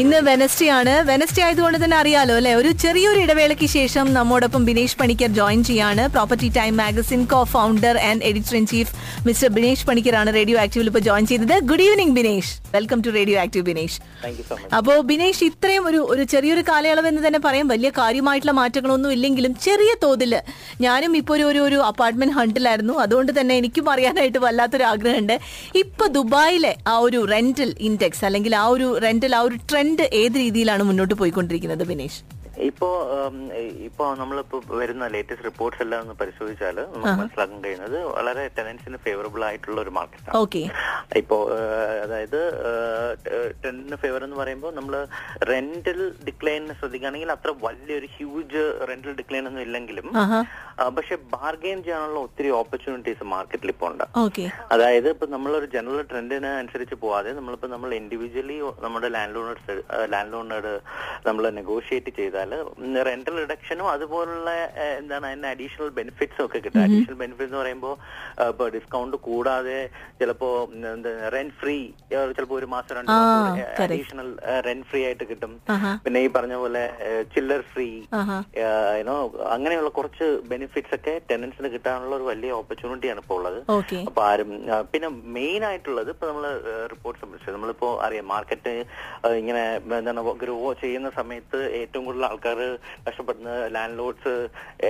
ഇന്ന് വെനസ്ഡേ ആണ് വെനസ്ഡേ ആയതുകൊണ്ട് തന്നെ അറിയാലോ അല്ലെ ഒരു ചെറിയൊരു ഇടവേളയ്ക്ക് ശേഷം നമ്മോടൊപ്പം ബിനേഷ് പണിക്കർ ജോയിൻ ചെയ്യാണ് property time magazine co founder and editor in chief mister Binesh പണിക്കറാണ് റേഡിയോ ആക്റ്റീവിൽ ഇപ്പോൾ ജോയിൻ ചെയ്തത് good evening Binesh welcome to radio active Binesh thank you so much അപ്പോൾ ബിനേഷ് ഇത്രയും ഒരു ഒരു ചെറിയൊരു കാലയളവ് എന്ന് തന്നെ പറയാം വലിയ കാര്യമായിട്ടുള്ള മാറ്റങ്ങളൊന്നും ഇല്ലെങ്കിലും ചെറിയ തോതിൽ ഞാനും ഇപ്പോൾ ഒരു ഒരു ഒരു അപ്പാർട്ട്മെന്റ് ഹണ്ടിലായിരുന്നു അതുകൊണ്ട് തന്നെ എനിക്കും അറിയാനായിട്ട് വല്ലാത്തൊരു ആഗ്രഹമുണ്ട് ഇപ്പൊ ദുബായിലെ ആ ഒരു റെന്റൽ ഇൻഡെക്സ് അല്ലെങ്കിൽ ആ ഒരു റെന്റൽ ആ ഒരു ട്രെൻഡ് ഏത് രീതിയിലാണ് മുന്നോട്ട് പോയിക്കൊണ്ടിരിക്കുന്നത് ബിനേഷ് ഇപ്പോ ഉം, ഇപ്പോ നമ്മളിപ്പോ വരുന്ന ലേറ്റസ്റ്റ് റിപ്പോർട്ട്സ് എല്ലാം ഒന്ന് പരിശോധിച്ചാൽ നമുക്ക് മനസ്സിലാക്കാൻ കഴിയുന്നത് വളരെ ടെനൻസിന് ഫേവറബിൾ ആയിട്ടുള്ള ഒരു മാർക്കറ്റാണ് ഓക്കെ ഇപ്പോ ഏഹ്, അതായത് ടെന്നിന് ഫേവർ എന്ന് പറയുമ്പോൾ നമ്മൾ റെന്റൽ ഡിക്ലൈനിനെ ശ്രദ്ധിക്കുകയാണെങ്കിൽ അത്ര വലിയൊരു ഹ്യൂജ് റെന്റൽ ഡിക്ലൈൻ ഒന്നും ഇല്ലെങ്കിലും ആഹാ ആ, പക്ഷെ ബാർഗെയിൻ ചെയ്യാനുള്ള ഒത്തിരി ഓപ്പർച്യൂണിറ്റീസ് മാർക്കറ്റിൽ ഇപ്പോൾ ഉണ്ട് ഓക്കെ അതായത് ഇപ്പൊ നമ്മളൊരു ജനറൽ ട്രെൻഡിന് അനുസരിച്ച് പോവാതെ നമ്മളിപ്പോ നമ്മൾ ഇൻഡിവിജ്വലി നമ്മുടെ ലാൻഡ് ലോണേഴ്സ് ലാൻഡ് ലോണോട് നമ്മൾ നെഗോഷിയേറ്റ് ചെയ്താൽ റെന്റൽ റിഡക്ഷനും അതുപോലുള്ള ഏഹ്, എന്താണ് അതിന് അഡീഷണൽ ബെനിഫിറ്റ്സും ഒക്കെ കിട്ടും അഡീഷണൽ ബെനിഫിറ്റ് എന്ന് പറയുമ്പോൾ ഇപ്പൊ ഡിസ്കൗണ്ട് കൂടാതെ ചിലപ്പോ റെന്റ് ഫ്രീ ചിലപ്പോ ഒരു മാസം രണ്ട് ആ, മാസം correct. അഡീഷണൽ റെന്റ് ഫ്രീ ആയിട്ട് കിട്ടും ആഹാ പിന്നെ ഈ പറഞ്ഞ പോലെ ചില്ലർ ഫ്രീ ആഹാ യുനോ അങ്ങനെയുള്ള കുറച്ച് ബെനിഫിറ്റ്സ് ഒക്കെ ടെനൻസിന് കിട്ടാനുള്ള ഒരു വലിയ ഓപ്പർച്യൂണിറ്റിയാണ് ഇപ്പോൾ ഉള്ളത് ഓക്കെ അപ്പൊ ആരും ആ, പിന്നെ മെയിൻ ആയിട്ടുള്ളത് ഇപ്പൊ നമ്മള് റിപ്പോർട്ട് സംബന്ധിച്ചത് നമ്മളിപ്പോ അറിയാം മാർക്കറ്റ് ഇങ്ങനെ എന്താണ് ഗ്രോ ചെയ്യുന്ന സമയത്ത് ഏറ്റവും കൂടുതൽ ആൾക്കാർ കഷ്ടപ്പെടുന്ന ലാൻഡ് ലോഡ്സ്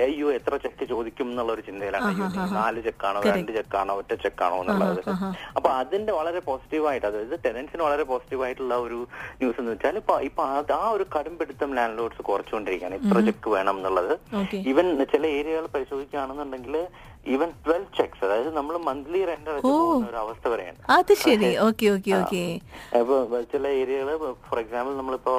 അയ്യോ എത്ര ചെക്ക് ചോദിക്കും എന്നുള്ള ഒരു ചിന്തയിലാണ് അയ്യോ ആഹാ, ആഹാ. നാല് ചെക്കാണോ Correct. രണ്ട് ചെക്കാണോ ഒറ്റ ചെക്കാണോ എന്നുള്ളത് ആഹാ. അപ്പൊ അതിന്റെ വളരെ പോസിറ്റീവായിട്ട് അതായത് ടെനൻസിന് വളരെ പോസിറ്റീവായിട്ടുള്ള ഒരു ന്യൂസ് എന്ന് വെച്ചാൽ ഇപ്പൊ ഇപ്പൊ അത് ആ ഒരു കടുംപിടുത്തം ലാൻഡ് ലോഡ്സ് കുറച്ചുകൊണ്ടിരിക്കുകയാണ് ഇത്ര ചെക്ക് വേണം എന്നുള്ളത് ഓക്കെ ഈവൻ ചില ഏരിയകൾ പരിശോധിക്കുകയാണെന്നുണ്ടെങ്കിൽ ഈവൻ ട്വൽവ് ചെക്സ് അതായത് നമ്മൾ മന്ത്ലി റെന്റ് ഓ. പോകുന്ന ഒരു അവസ്ഥ വരെയാണ് അത് ശരി ഓക്കെ ഓക്കെ ഓക്കെ അപ്പൊ ചില ഏരിയകൾ ഫോർ എക്സാമ്പിൾ നമ്മളിപ്പോ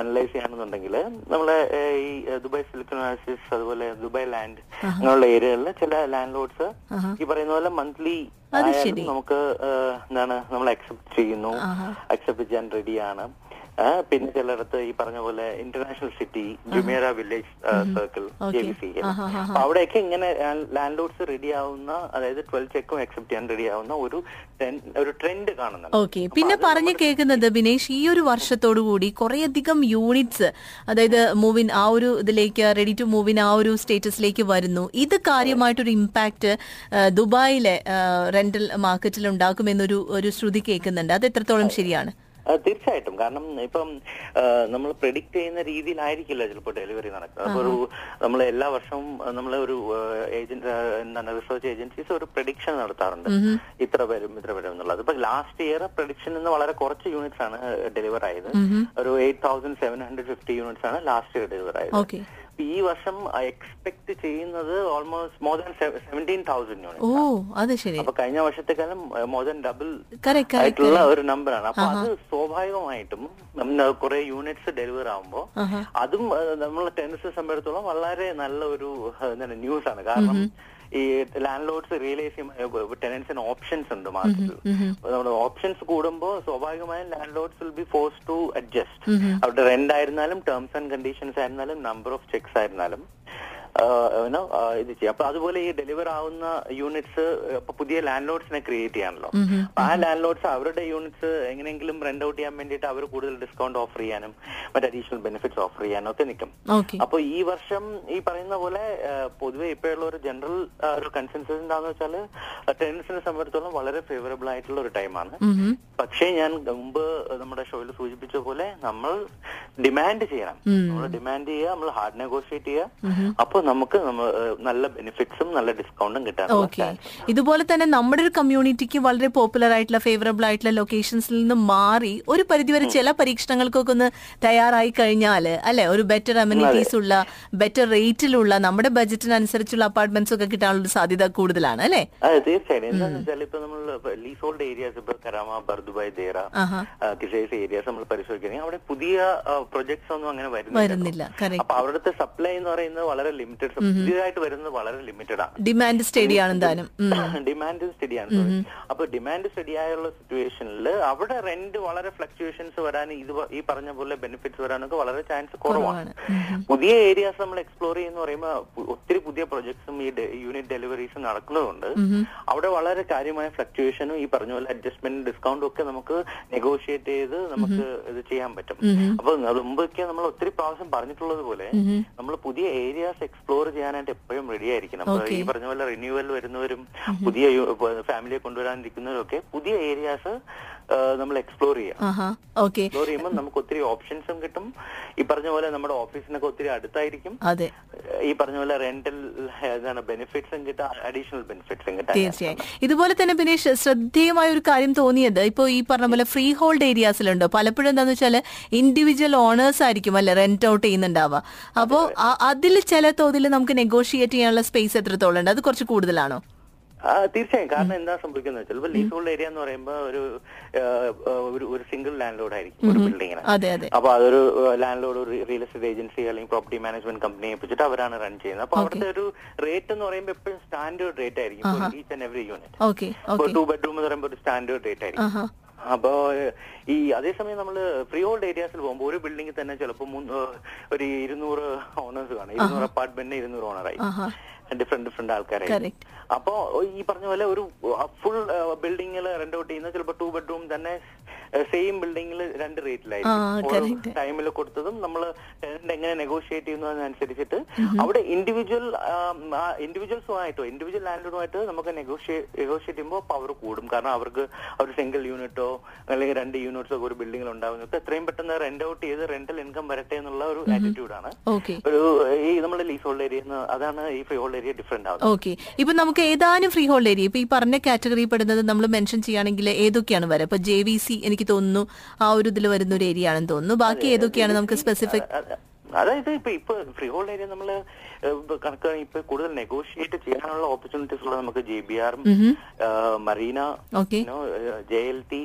അനലൈസ് ചെയ്യാണെന്നുണ്ടെങ്കിൽ നമ്മളെ ഏഹ്, ഈ ഏഹ്, ദുബായ് സിലിക്കൺ ഓasis അതുപോലെ ദുബായ് ലാൻഡ് അങ്ങനെയുള്ള ഏരിയകളിൽ ചില ലാൻഡ് ലോഡ്സ് ആഹാ. ഈ പറയുന്ന പോലെ മന്ത്ലി അത് ശരി. ആയാലും നമുക്ക് ഏഹ്, എന്താണ് നമ്മൾ അക്സെപ്റ്റ് ചെയ്യുന്നു ആഹാ. അക്സെപ്റ്റ് ചെയ്യാൻ റെഡിയാണ് പിന്നെ ചിലയിടത്ത് ഈ പറഞ്ഞ പോലെ international city Jumeirah village circle Okay. J V C ആഹാ, ആഹാ. അപ്പൊ അവിടെയൊക്കെ ഇങ്ങനെ ലാൻഡ് ലോഡ്സ് റെഡി ആവുന്ന അതായത് ട്വൽവ് ചെക്കും അക്സെപ്റ്റ് ചെയ്യാൻ റെഡി ആവുന്ന ഒരു trend- ഒരു ട്രെൻഡ് കാണുന്നുണ്ട് ഓക്കെ പിന്നെ പറഞ്ഞു കേൾക്കുന്നത് ബിനേഷ് ഈ ഒരു വർഷത്തോടു കൂടി കുറേയധികം യൂണിറ്റ്സ് അതായത് മൂവിൻ ആ ഒരു ഇതിലേക്ക് റെഡി ടു മൂവിൻ ആ ഒരു സ്റ്റേറ്റസിലേക്ക് വരുന്നു ഇത് കാര്യമായിട്ടൊരു ഇമ്പാക്റ്റ് ദുബായിലെ റെന്റൽ മാർക്കറ്റിൽ ഉണ്ടാക്കുമെന്നൊരു ഒരു ശ്രുതി കേൾക്കുന്നുണ്ട് അത് എത്രത്തോളം ശരിയാണ് ആ, തീർച്ചയായിട്ടും കാരണം ഇപ്പം നമ്മൾ പ്രെഡിക്ട് ചെയ്യുന്ന രീതിയിലായിരിക്കില്ല ചിലപ്പോൾ ഡെലിവറി നടക്കുക അപ്പൊ ഒരു നമ്മൾ എല്ലാ വർഷവും നമ്മൾ ഒരു ഏജന്റ് എന്താണ് റിസർച്ച് ഏജൻസീസ് ഒരു പ്രഡിക്ഷൻ നടത്താറുണ്ട് ഇത്ര പേരും ഇത്ര പേരും എന്നുള്ളത് ഇപ്പൊ ലാസ്റ്റ് ഇയർ പ്രഡിക്ഷൻ നിന്ന് വളരെ കുറച്ച് യൂണിറ്റ്സ് ആണ് ഡെലിവർ ആയത് ഒരു eight thousand seven hundred fifty units ആണ് ലാസ്റ്റ് ഇയർ ഡെലിവർ ആയത് ഓക്കെ ഇപ്പൊ ഈ വർഷം എക്സ്പെക്ട് ചെയ്യുന്നത് almost more than seventeen thousand unit ഓ അത് ശരി അപ്പൊ കഴിഞ്ഞ വർഷത്തെക്കാളും more than double correct correct ആയിട്ടുള്ള ഒരു നമ്പറാണ് അപ്പൊ അത് സ്വാഭാവികമായിട്ടും നമ്മൾ കുറെ യൂണിറ്റ്സ് ഡെലിവർ ആവുമ്പോൾ ആഹാ. അതും ഏഹ്, നമ്മളെ ടെൻസ് സംബന്ധിച്ചിടത്തോളം വളരെ നല്ല ഒരു ഏഹ്, എന്താണ് ന്യൂസ് ആണ് കാരണം ഈ ലാൻഡ് ലോഡ്സ് റിയലൈസ് ചെയ്യുമ്പോൾ ടെനൻസിന് ഓപ്ഷൻസ് ഉണ്ട് മാർക്കറ്റിൽ അപ്പൊ നമ്മുടെ ഓപ്ഷൻസ് കൂടുമ്പോൾ സ്വാഭാവികമായും landlords will be force to adjust അവിടെ റെന്റ് ആയിരുന്നാലും ടേംസ് ആൻഡ് കണ്ടീഷൻസ് ആയിരുന്നാലും നമ്പർ ഓഫ് ചെക്സ് ആയിരുന്നാലും ആഹ്, you know, ആഹ് ഇത് ചെയ്യാം അപ്പൊ അതുപോലെ ഈ ഡെലിവർ ആവുന്ന യൂണിറ്റ്സ് ഇപ്പൊ പുതിയ ലാൻഡ് ലോഡ്സിനെ ക്രിയേറ്റ് ചെയ്യാണല്ലോ ആ ലാൻഡ് ലോഡ്സ് അവരുടെ യൂണിറ്റ്സ് എങ്ങനെയെങ്കിലും റെന്റ് ഔട്ട് ചെയ്യാൻ വേണ്ടിയിട്ട് അവർ കൂടുതൽ ഡിസ്കൗണ്ട് ഓഫർ ചെയ്യാനും മറ്റ് അഡീഷണൽ ബെനിഫിറ്റ്സ് ഓഫർ ചെയ്യാനും ഒക്കെ നിൽക്കും ഓക്കെ അപ്പൊ ഈ വർഷം ഈ പറയുന്ന പോലെ ആ, പൊതുവെ ഇപ്പോഴുള്ള ഒരു ജനറൽ ആ, ഒരു കൺസെൻസസ് എന്താന്ന് വെച്ചാൽ ടെൻസിനെ സംബന്ധിച്ചിടത്തോളം വളരെ ഫേവറബിൾ ആയിട്ടുള്ള ഒരു ടൈമാണ് പക്ഷേ ഞാൻ മുമ്പ് നമ്മുടെ ഷോയിൽ സൂചിപ്പിച്ച പോലെ നമ്മൾ ഡിമാൻഡ് ചെയ്യണം നമ്മൾ ഡിമാൻഡ് ചെയ്യുക നമ്മൾ ഹാർഡ് നെഗോഷിയേറ്റ് ചെയ്യുക അപ്പൊ നമുക്ക് നമ്മൾ ആ, നല്ല ബെനിഫിറ്റ്സും നല്ല ഡിസ്കൗണ്ടും കിട്ടാനുള്ള ഓക്കെ ഇതുപോലെ തന്നെ നമ്മുടെ ഒരു കമ്മ്യൂണിറ്റിക്ക് വളരെ പോപ്പുലർ ആയിട്ടുള്ള ഫേവറബിൾ ആയിട്ടുള്ള ലൊക്കേഷൻസിൽ നിന്ന് മാറി ഒരു പരിധിവരെ ചില പരീക്ഷണങ്ങൾക്കൊക്കെ ഒന്ന് തയ്യാറായി കഴിഞ്ഞാൽ അല്ലെ ഒരു ബെറ്റർ അമ്യൂണിറ്റീസ് ഉള്ള ബെറ്റർ റേറ്റിലുള്ള നമ്മുടെ ബജറ്റിനനുസരിച്ചുള്ള അപ്പാർട്ട്മെന്റ്സ് ഒക്കെ കിട്ടാനുള്ള ഒരു സാധ്യത കൂടുതലാണ് അല്ലെ അതെ തീർച്ചയായും എന്താന്ന് വെച്ചാൽ ഇപ്പൊ നമ്മൾ ലീസ് ഹോൾഡ് ഏരിയാസ് ഇപ്പൊ കരാമ ബർദുബായ് ദേറ ആഹാ കിസേസ് ഏരിയാസ് നമ്മൾ പരിശോധിക്കുകയാണെങ്കിൽ അവിടെ പുതിയ ആ, പ്രൊജക്ട്സ് ഒന്നും അങ്ങനെ വരുന്നില്ല, correct. അപ്പൊ അവിടുത്തെ സപ്ലൈ എന്ന് പറയുന്നത് വളരെ ലിമിറ്റഡ് പുതിയതായിട്ട് വരുന്നത് വളരെ ലിമിറ്റഡ് ആണ് ഡിമാൻഡ് സ്റ്റഡിയാണ് എന്തായാലും ഉം. ഡിമാൻഡ് സ്റ്റഡിയാണ് sorry. അപ്പൊ ഡിമാൻഡ് സ്റ്റഡിയായുള്ള സിറ്റുവേഷനിൽ അവിടെ റെന്റ് വളരെ ഫ്ലക്ച്വേഷൻസ് വരാൻ ഇത് പ- ഈ പറഞ്ഞ പോലെ ബെനിഫിറ്റ്സ് വരാനൊക്കെ വളരെ ചാൻസ് കുറവാണ് പുതിയ ഏരിയാസ് നമ്മൾ എക്സ്പ്ലോർ ചെയ്യുന്ന പറയുമ്പോൾ പു- ഒത്തിരി പുതിയ പ്രൊജക്ട്സും ഈ യൂണിറ്റ് ഡെലിവറീസും നടക്കുന്നതുകൊണ്ട് അവിടെ വളരെ കാര്യമായ ഫ്ലക്ച്വേഷനും ഈ പറഞ്ഞ പോലെ അഡ്ജസ്റ്റ്മെന്റ് ഡിസ്കൗണ്ടും ഒക്കെ നമുക്ക് നെഗോഷിയേറ്റ് ചെയ്ത് നമുക്ക് ഇത് ചെയ്യാൻ പറ്റും അപ്പൊ അത് മുമ്പൊക്കെ നമ്മൾ ഒത്തിരി പ്രാവശ്യം പറഞ്ഞിട്ടുള്ളത് പോലെ നമ്മൾ പുതിയ ഏരിയാസ് എക്സ്പ്ലോർ ചെയ്യാനായിട്ട് എപ്പോഴും റെഡി ആയിരിക്കണം അപ്പൊ ഈ പറഞ്ഞ പോലെ റിന്യൂവൽ വരുന്നവരും പുതിയ ഫാമിലിയെ കൊണ്ടുവരാനിരിക്കുന്നവരും ഒക്കെ പുതിയ ഏരിയാസ് നമ്മൾ എക്സ്പ്ലോർ ചെയ്യാം ആഹാ ഓക്കെ എക്സ്പ്ലോർ ചെയ്യുമ്പോൾ നമുക്ക് ഒത്തിരി ഓപ്ഷൻസും കിട്ടും ഈ പറഞ്ഞ പോലെ നമ്മുടെ ഓഫീസിനൊക്കെ ഒത്തിരി അടുത്തായിരിക്കും അതെ ഏഹ് ഈ പറഞ്ഞ പോലെ റെന്റൽ എന്താണ് ബെനിഫിറ്റ്സും കിട്ടാം അഡീഷണൽ ബെനിഫിറ്റ്സും കിട്ടാം തീർച്ചയായും ഇതുപോലെ തന്നെ ബിനേഷ് ശ്രദ്ധേയമായ ഒരു കാര്യം തോന്നിയത് ഇപ്പോൾ ഈ പറഞ്ഞ പോലെ ഫ്രീ ഹോൾഡ് ഏരിയാസിലുണ്ട് പലപ്പോഴും എന്താണെന്ന് വെച്ചാൽ ഇൻഡിവിജ്വൽ ഓണേഴ്സ് ആയിരിക്കും അല്ലെ റെന്റ് ഔട്ട് ചെയ്യുന്നുണ്ടാവുക അപ്പോൾ അതിൽ ചില തോതിൽ നമുക്ക് നെഗോഷിയേറ്റ് ചെയ്യാനുള്ള സ്പേസ് എത്രത്തോളം ഉണ്ട് അത് കുറച്ച് കൂടുതലാണോ ആ തീർച്ചയായും കാരണം എന്താ സംഭവിക്കുന്നത് വെച്ചാൽ ഇപ്പൊ ലീസ് ഹോൾഡ് ഏരിയ എന്ന് പറയുമ്പോൾ ഒരു ഏഹ്, ഏഹ്, ഒരു ഒരു സിംഗിൾ ലാൻഡ് ലോഡ് ആയിരിക്കും ഒരു ബിൽഡിങ്ങിന് അതെ അതെ അപ്പൊ അതൊരു ലാൻഡ് ലോഡ് ഒരു റിയൽ എസ്റ്റേറ്റ് ഏജൻസി അല്ലെങ്കിൽ പ്രോപ്പർട്ടി മാനേജ്മെന്റ് കമ്പനിയെ വെച്ചിട്ട് അവരാണ് റൺ ചെയ്യുന്നത് അപ്പൊ അവിടുത്തെ ഒരു റേറ്റ് എന്ന് പറയുമ്പോൾ എപ്പോഴും സ്റ്റാൻഡേർഡ് റേറ്റ് ആയിരിക്കും each and every unit okay ഇപ്പൊ ഓക്കെ ടു ബെഡ്റൂം എന്ന് പറയുമ്പോൾ ഒരു സ്റ്റാൻഡേർഡ് റേറ്റ് ആയിരിക്കും ആഹാ അപ്പോ ഏഹ്, ഈ അതേസമയം നമ്മൾ ഫ്രീ ഹോൾഡ് ഏരിയാസിൽ പോകുമ്പോൾ ഒരു ബിൽഡിംഗിൽ തന്നെ ചിലപ്പോൾ മൂന്ന് ഏഹ്, ഒരു ഇരുന്നൂറ് ഓണേഴ്സ് കാണും ഇരുന്നൂറ് അപ്പാർട്ട്മെന്റിന് ഇരുന്നൂറ് ഓണറായി ആഹാ ഡിഫറെന്റ് ഡിഫറെന്റ് ആൾക്കാരായി Correct. അപ്പോ ഈ പറഞ്ഞ പോലെ ഒരു ഫുൾ ബിൽഡിംഗിൽ റെന്റ് ഔട്ട് ചെയ്യുന്ന ചിലപ്പോൾ ടു ബെഡ്റൂം തന്നെ സെയിം ബിൽഡിംഗിൽ രണ്ട് ആ, റേറ്റിലായിരിക്കും ഓരോ correct. ടൈമിൽ കൊടുത്തതും നമ്മൾ ടെനന്റ് എങ്ങനെ നെഗോഷിയേറ്റ് ചെയ്യുന്നതിനനുസരിച്ചിട്ട് അവിടെ ഇൻഡിവിജ്വൽ ഇൻഡിവിജ്വൽസുമായിട്ടോ ഇൻഡിവിജ്വൽ ലാൻഡുമായിട്ട് നമുക്ക് നെഗോഷിയേറ്റ് നെഗോഷിയേറ്റ് ചെയ്യുമ്പോൾ പവർ കൂടും കാരണം അവർക്ക് ഒരു സിംഗിൾ യൂണിറ്റോ അല്ലെങ്കിൽ രണ്ട് യൂണിറ്റ്സോ ഒക്കെ ഒരു ബിൽഡിംഗിൽ ഉണ്ടാവുന്നത് എത്രയും പെട്ടെന്ന് റെന്റ് ഔട്ട് ചെയ്ത് റെന്റൽ ഇൻകം വരട്ടെ എന്നുള്ള ഒരു ആറ്റിറ്റ്യൂഡാണ് ഓക്കെ ഒരു ഈ നമ്മുടെ ലീസ് ഹോൾഡ് ഏരിയ അതാണ് ഈ ഫ്രീ ഹോൾഡ് ഏരിയ ഡിഫറെന്റ് ആവുന്നത് ഓക്കെ ഇപ്പൊ നമുക്ക് ഏതാനും ഫ്രീ ഹോൾഡ് ഏരിയ ഇപ്പൊ ഈ പറഞ്ഞ കാറ്റഗറി പെടുന്നത് നമ്മൾ മെൻഷൻ ചെയ്യുകയാണെങ്കിൽ ഏതൊക്കെയാണ് വരെ ഇപ്പൊ ജെ വി സി എനിക്ക് തോന്നുന്നു ആ ഒരു ഇതിൽ വരുന്ന ഒരു ഏരിയ ആണെന്ന് തോന്നുന്നു ബാക്കി ഏതൊക്കെയാണ് നമുക്ക് സ്പെസിഫിക് അത- അതായത് ഇപ്പൊ ഇപ്പൊ ഫ്രീ ഹോൾഡ് ഏരിയ നമ്മള് കണക്കാണ് ഇപ്പൊ കൂടുതൽ നെഗോഷിയേറ്റ് ചെയ്യാനുള്ള ഓപ്പർച്യൂണിറ്റീസ് ഉള്ളത് നമുക്ക് J B R Marina okay J L T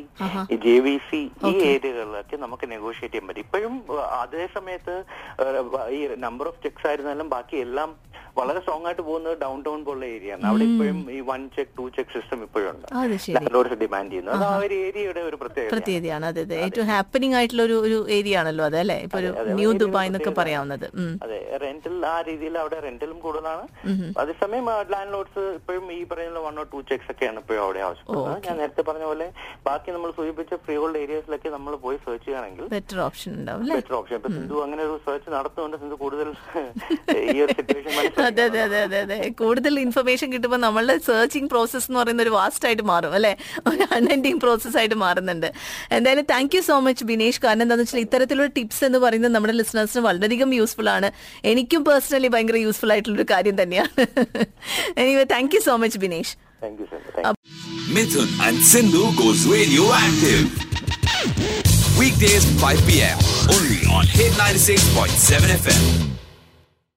J V C ഈ ഏരിയകളിലൊക്കെ നമുക്ക് നെഗോഷിയേറ്റ് ചെയ്യാൻ പറ്റും ഇപ്പോഴും ഏഹ്, അതേ സമയത്ത് ഏഹ്, വ- ഈ നമ്പർ ഓഫ് ചെക്സ് ആയിരുന്നാലും ബാക്കി എല്ലാം വളരെ സ്ട്രോങ് ആയിട്ട് പോകുന്നത് ഡൗൺ ടൗൺ പോലുള്ള ഏരിയ ആണ് അവിടെ ഇപ്പോഴും ഈ one check two check system ഇപ്പോഴും ഉണ്ട് അത് ശരി ലാൻഡ്ലോഡ്സ് ഡിമാൻഡ് ചെയ്യുന്നു അത് ആ ഒരു ഏരിയയുടെ ഒരു പ്രത്യേകത പ്രത്യേകതയാണ് അതെ അതെ ഏറ്റവും ഹാപ്പനിങ് ആയിട്ടുള്ള ഒരു ഒരു ഏരിയ ആണല്ലോ അതെ അല്ലെ ഇപ്പൊ ഒരു ന്യൂ ദുബായ് എന്നൊക്കെ പറയാവുന്നത് ഉം. അതെ റെന്റൽ ആ രീതിയിൽ അവിടെ റെന്റലും കൂടുതലാണ് അതേസമയം ലാൻഡ് ലോഡ്സ് ഇപ്പോഴും ഈ പറയുന്ന വൺ ഓർ ടു ചെക്സ് ഒക്കെയാണ് ഇപ്പോഴും അവിടെ ആവശ്യപ്പെടുന്നത് ഞാൻ നേരത്തെ പറഞ്ഞ പോലെ ബാക്കി നമ്മൾ സൂചിപ്പിച്ച ഫ്രീ ഹോൾഡ് ഏരിയസിലൊക്കെ നമ്മൾ പോയി സെർച്ച് ചെയ്യുകയാണെങ്കിൽ ബെറ്റർ ഓപ്ഷൻ ഉണ്ടാവും അല്ലെ ബെറ്റർ ഓപ്ഷൻ ഇപ്പൊ സിന്ധു അങ്ങനെ ഒരു സെർച്ച് നടത്തുന്നുണ്ട് സിന്ധു കൂടുതൽ ഈ ഒരു സിറ്റുവേഷൻ അതെ അതെ അതെ അതെ അതെ കൂടുതൽ ഇൻഫർമേഷൻ കിട്ടുമ്പോൾ നമ്മളുടെ സെർച്ചിങ് പ്രോസസ്സ് എന്ന് പറയുന്ന ഒരു വാസ്റ്റ് ആയിട്ട് മാറും അല്ലെ ഒരു അൺഎൻഡിങ് പ്രോസസ് ആയിട്ട് മാറുന്നുണ്ട് എന്തായാലും thank you so much Binesh കാരണം എന്താണെന്ന് വെച്ചാൽ ഇത്തരത്തിലുള്ള ടിപ്സ് എന്ന് പറയുന്നത് നമ്മുടെ ലിസണേഴ്സിന് വളരെയധികം യൂസ്ഫുൾ ആണ് എനിക്കും പേഴ്സണലി ഭയങ്കര യൂസ്ഫുൾ ആയിട്ടുള്ള ഒരു കാര്യം തന്നെയാണ് anyway thank you so much Binesh thank you Sindhu thank Mithun and Sindhu goes radioactive. Weekdays 5 p.m. Only on Hit 96.7 FM.